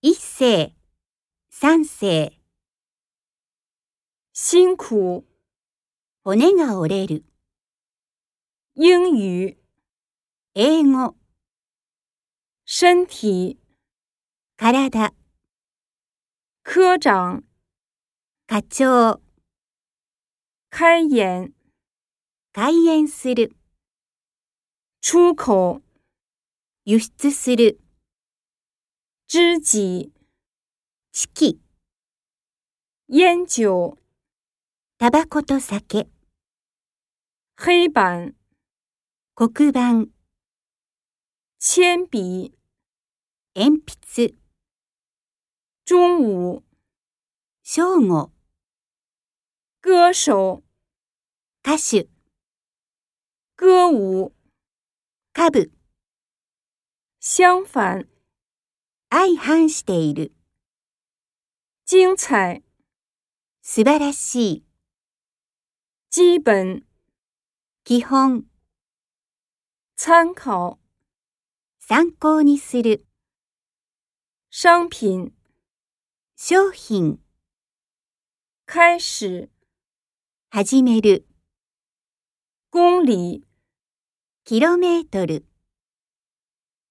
一世、三世、辛苦。骨が折れる、英语。英語、身体。体、科长。課長、开眼。開園する、出口。輸出する、知己。四季、烟酒。タバコと酒、黑板。黒板、铅笔。鉛筆、中午。正午、歌手。歌手、歌舞。下部、相反。相反している、精彩。素晴らしい、基本。基本、参考。参考にする、商品。商品、开始。始める、公里。キロメートル、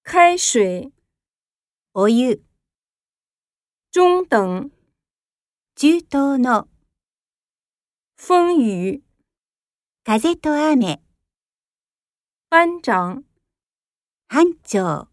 开水。お湯、中等。中東の、风雨。風と雨、班长。班長。